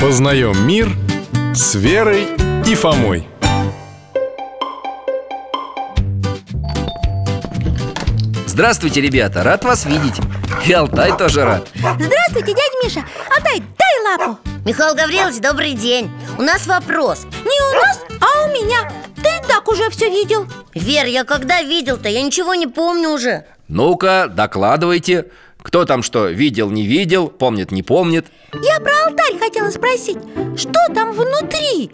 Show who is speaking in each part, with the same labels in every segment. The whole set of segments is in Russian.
Speaker 1: Познаем мир с Верой и Фомой.
Speaker 2: Здравствуйте, ребята, рад вас видеть И Алтай тоже рад
Speaker 3: Здравствуйте, дядя Миша Алтай, дай лапу
Speaker 4: Михаил Гаврилович, добрый день У нас вопрос
Speaker 3: Не у нас, а у меня Ты и так уже все видел
Speaker 4: Вер, я когда видел-то? Я ничего не помню уже
Speaker 2: Ну-ка, докладывайте Кто там что видел, не видел, помнит, не помнит
Speaker 3: Я про алтарь хотела спросить Что там внутри?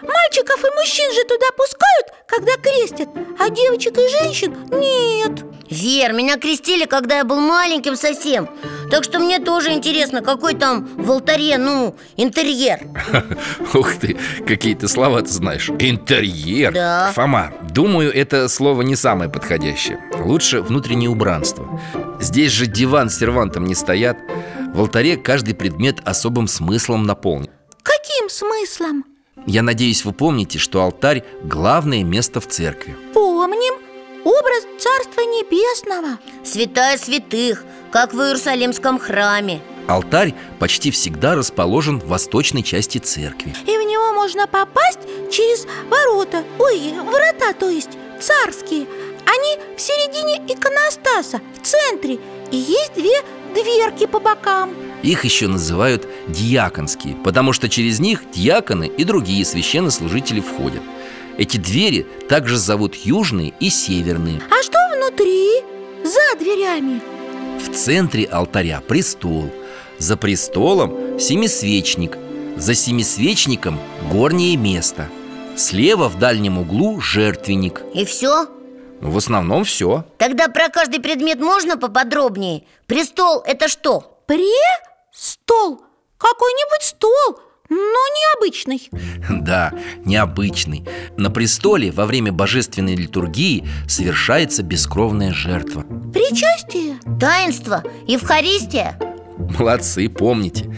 Speaker 3: Мальчиков и мужчин же туда пускают, когда крестят А девочек и женщин нет
Speaker 4: Вер, меня крестили, когда я был маленьким совсем Так что мне тоже интересно, какой там в алтаре, ну, интерьер
Speaker 2: Ух ты, какие ты слова ты знаешь Интерьер
Speaker 4: Да.
Speaker 2: Фома, думаю, это слово не самое подходящее Лучше внутреннее убранство Здесь же диван с сервантом не стоят В алтаре каждый предмет особым смыслом наполнен
Speaker 3: Каким смыслом?
Speaker 2: Я надеюсь, вы помните, что алтарь – главное место в церкви
Speaker 3: Помним Образ Царства Небесного
Speaker 4: Святая святых, как в Иерусалимском храме
Speaker 2: Алтарь почти всегда расположен в восточной части церкви
Speaker 3: И в него можно попасть через ворота Ой, врата, то есть царские Они в середине иконостаса, в центре И есть две дверки по бокам
Speaker 2: Их еще называют диаконские, потому что через них диаконы и другие священнослужители входят Эти двери также зовут южные и северные
Speaker 3: А что внутри? За дверями
Speaker 2: В центре алтаря престол За престолом семисвечник За семисвечником горнее место Слева в дальнем углу жертвенник
Speaker 4: И все?
Speaker 2: Ну, В основном все
Speaker 4: Тогда про каждый предмет можно поподробнее? Престол – это что?
Speaker 3: Престол Какой-нибудь стол, но необычный
Speaker 2: Да, необычный На престоле во время божественной литургии совершается бескровная жертва
Speaker 3: Причастие
Speaker 4: Таинство? Евхаристия?
Speaker 2: Молодцы, помните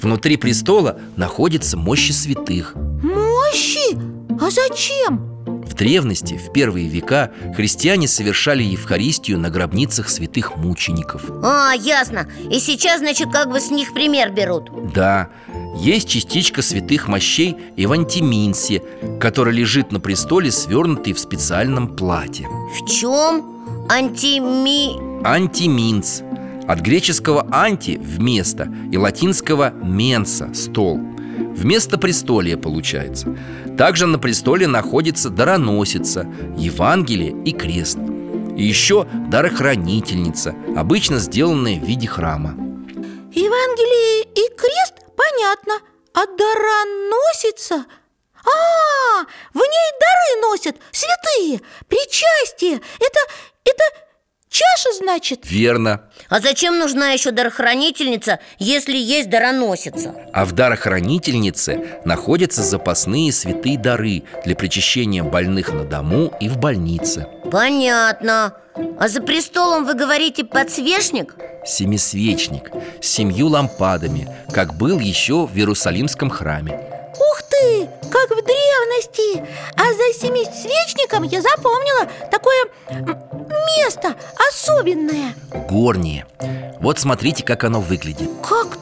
Speaker 2: Внутри престола находятся мощи святых
Speaker 3: Мощи? А зачем?
Speaker 2: В древности, в первые века, христиане совершали Евхаристию на гробницах святых мучеников
Speaker 4: А, ясно И сейчас, значит, как бы с них пример берут
Speaker 2: Да, есть частичка святых мощей и в антиминсе, который лежит на престоле, свернутый в специальном платье
Speaker 4: В чем? Антими...
Speaker 2: Антиминс От греческого «анти» – «вместо» и латинского «менса» – «стол» Вместо престолия получается Также на престоле находится дароносица, Евангелие и крест И еще дарохранительница, обычно сделанная в виде храма
Speaker 3: Евангелие и крест, понятно А дара носится? А, в ней дары носят, святые, причастие Это, это чаша, значит?
Speaker 2: Верно,
Speaker 4: А зачем нужна еще дарохранительница, если есть дароносица?
Speaker 2: а в дарохранительнице находятся запасные святые дары Для причащения больных на дому и в больнице
Speaker 4: Понятно А за престолом вы говорите подсвечник?
Speaker 2: Семисвечник с семью лампадами, как был еще в Иерусалимском храме
Speaker 3: Ух ты, как в древности А за семисвечником я запомнила такое м, место особенное
Speaker 2: Горнее Вот смотрите, как оно выглядит
Speaker 3: Как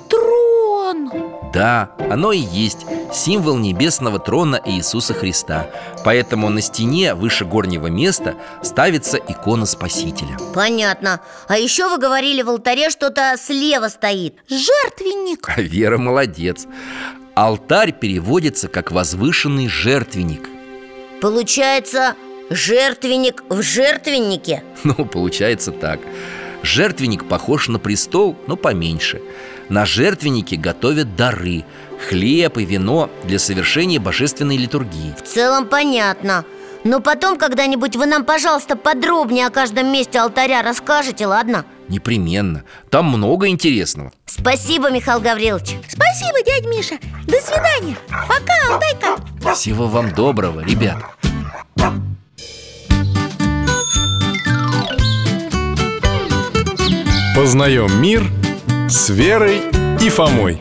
Speaker 3: трон
Speaker 2: Да, оно и есть символ небесного трона Иисуса Христа Поэтому на стене выше горнего места ставится икона Спасителя
Speaker 4: Понятно А еще вы говорили в алтаре что-то слева стоит
Speaker 3: Жертвенник
Speaker 2: А Вера молодец Алтарь переводится как возвышенный жертвенник
Speaker 4: Получается, жертвенник в жертвеннике
Speaker 2: Ну, получается так Жертвенник похож на престол, но поменьше На жертвеннике готовят дары Хлеб и вино для совершения божественной литургии
Speaker 4: В целом понятно Но потом когда-нибудь вы нам, пожалуйста, подробнее о каждом месте алтаря расскажете, ладно?
Speaker 2: Непременно Там много интересного
Speaker 4: Спасибо, Михаил Гаврилович
Speaker 3: Спасибо, дядь Миша До свидания Пока, Алтайка
Speaker 2: Всего вам доброго, ребята
Speaker 1: Познаем мир с Верой и Фомой.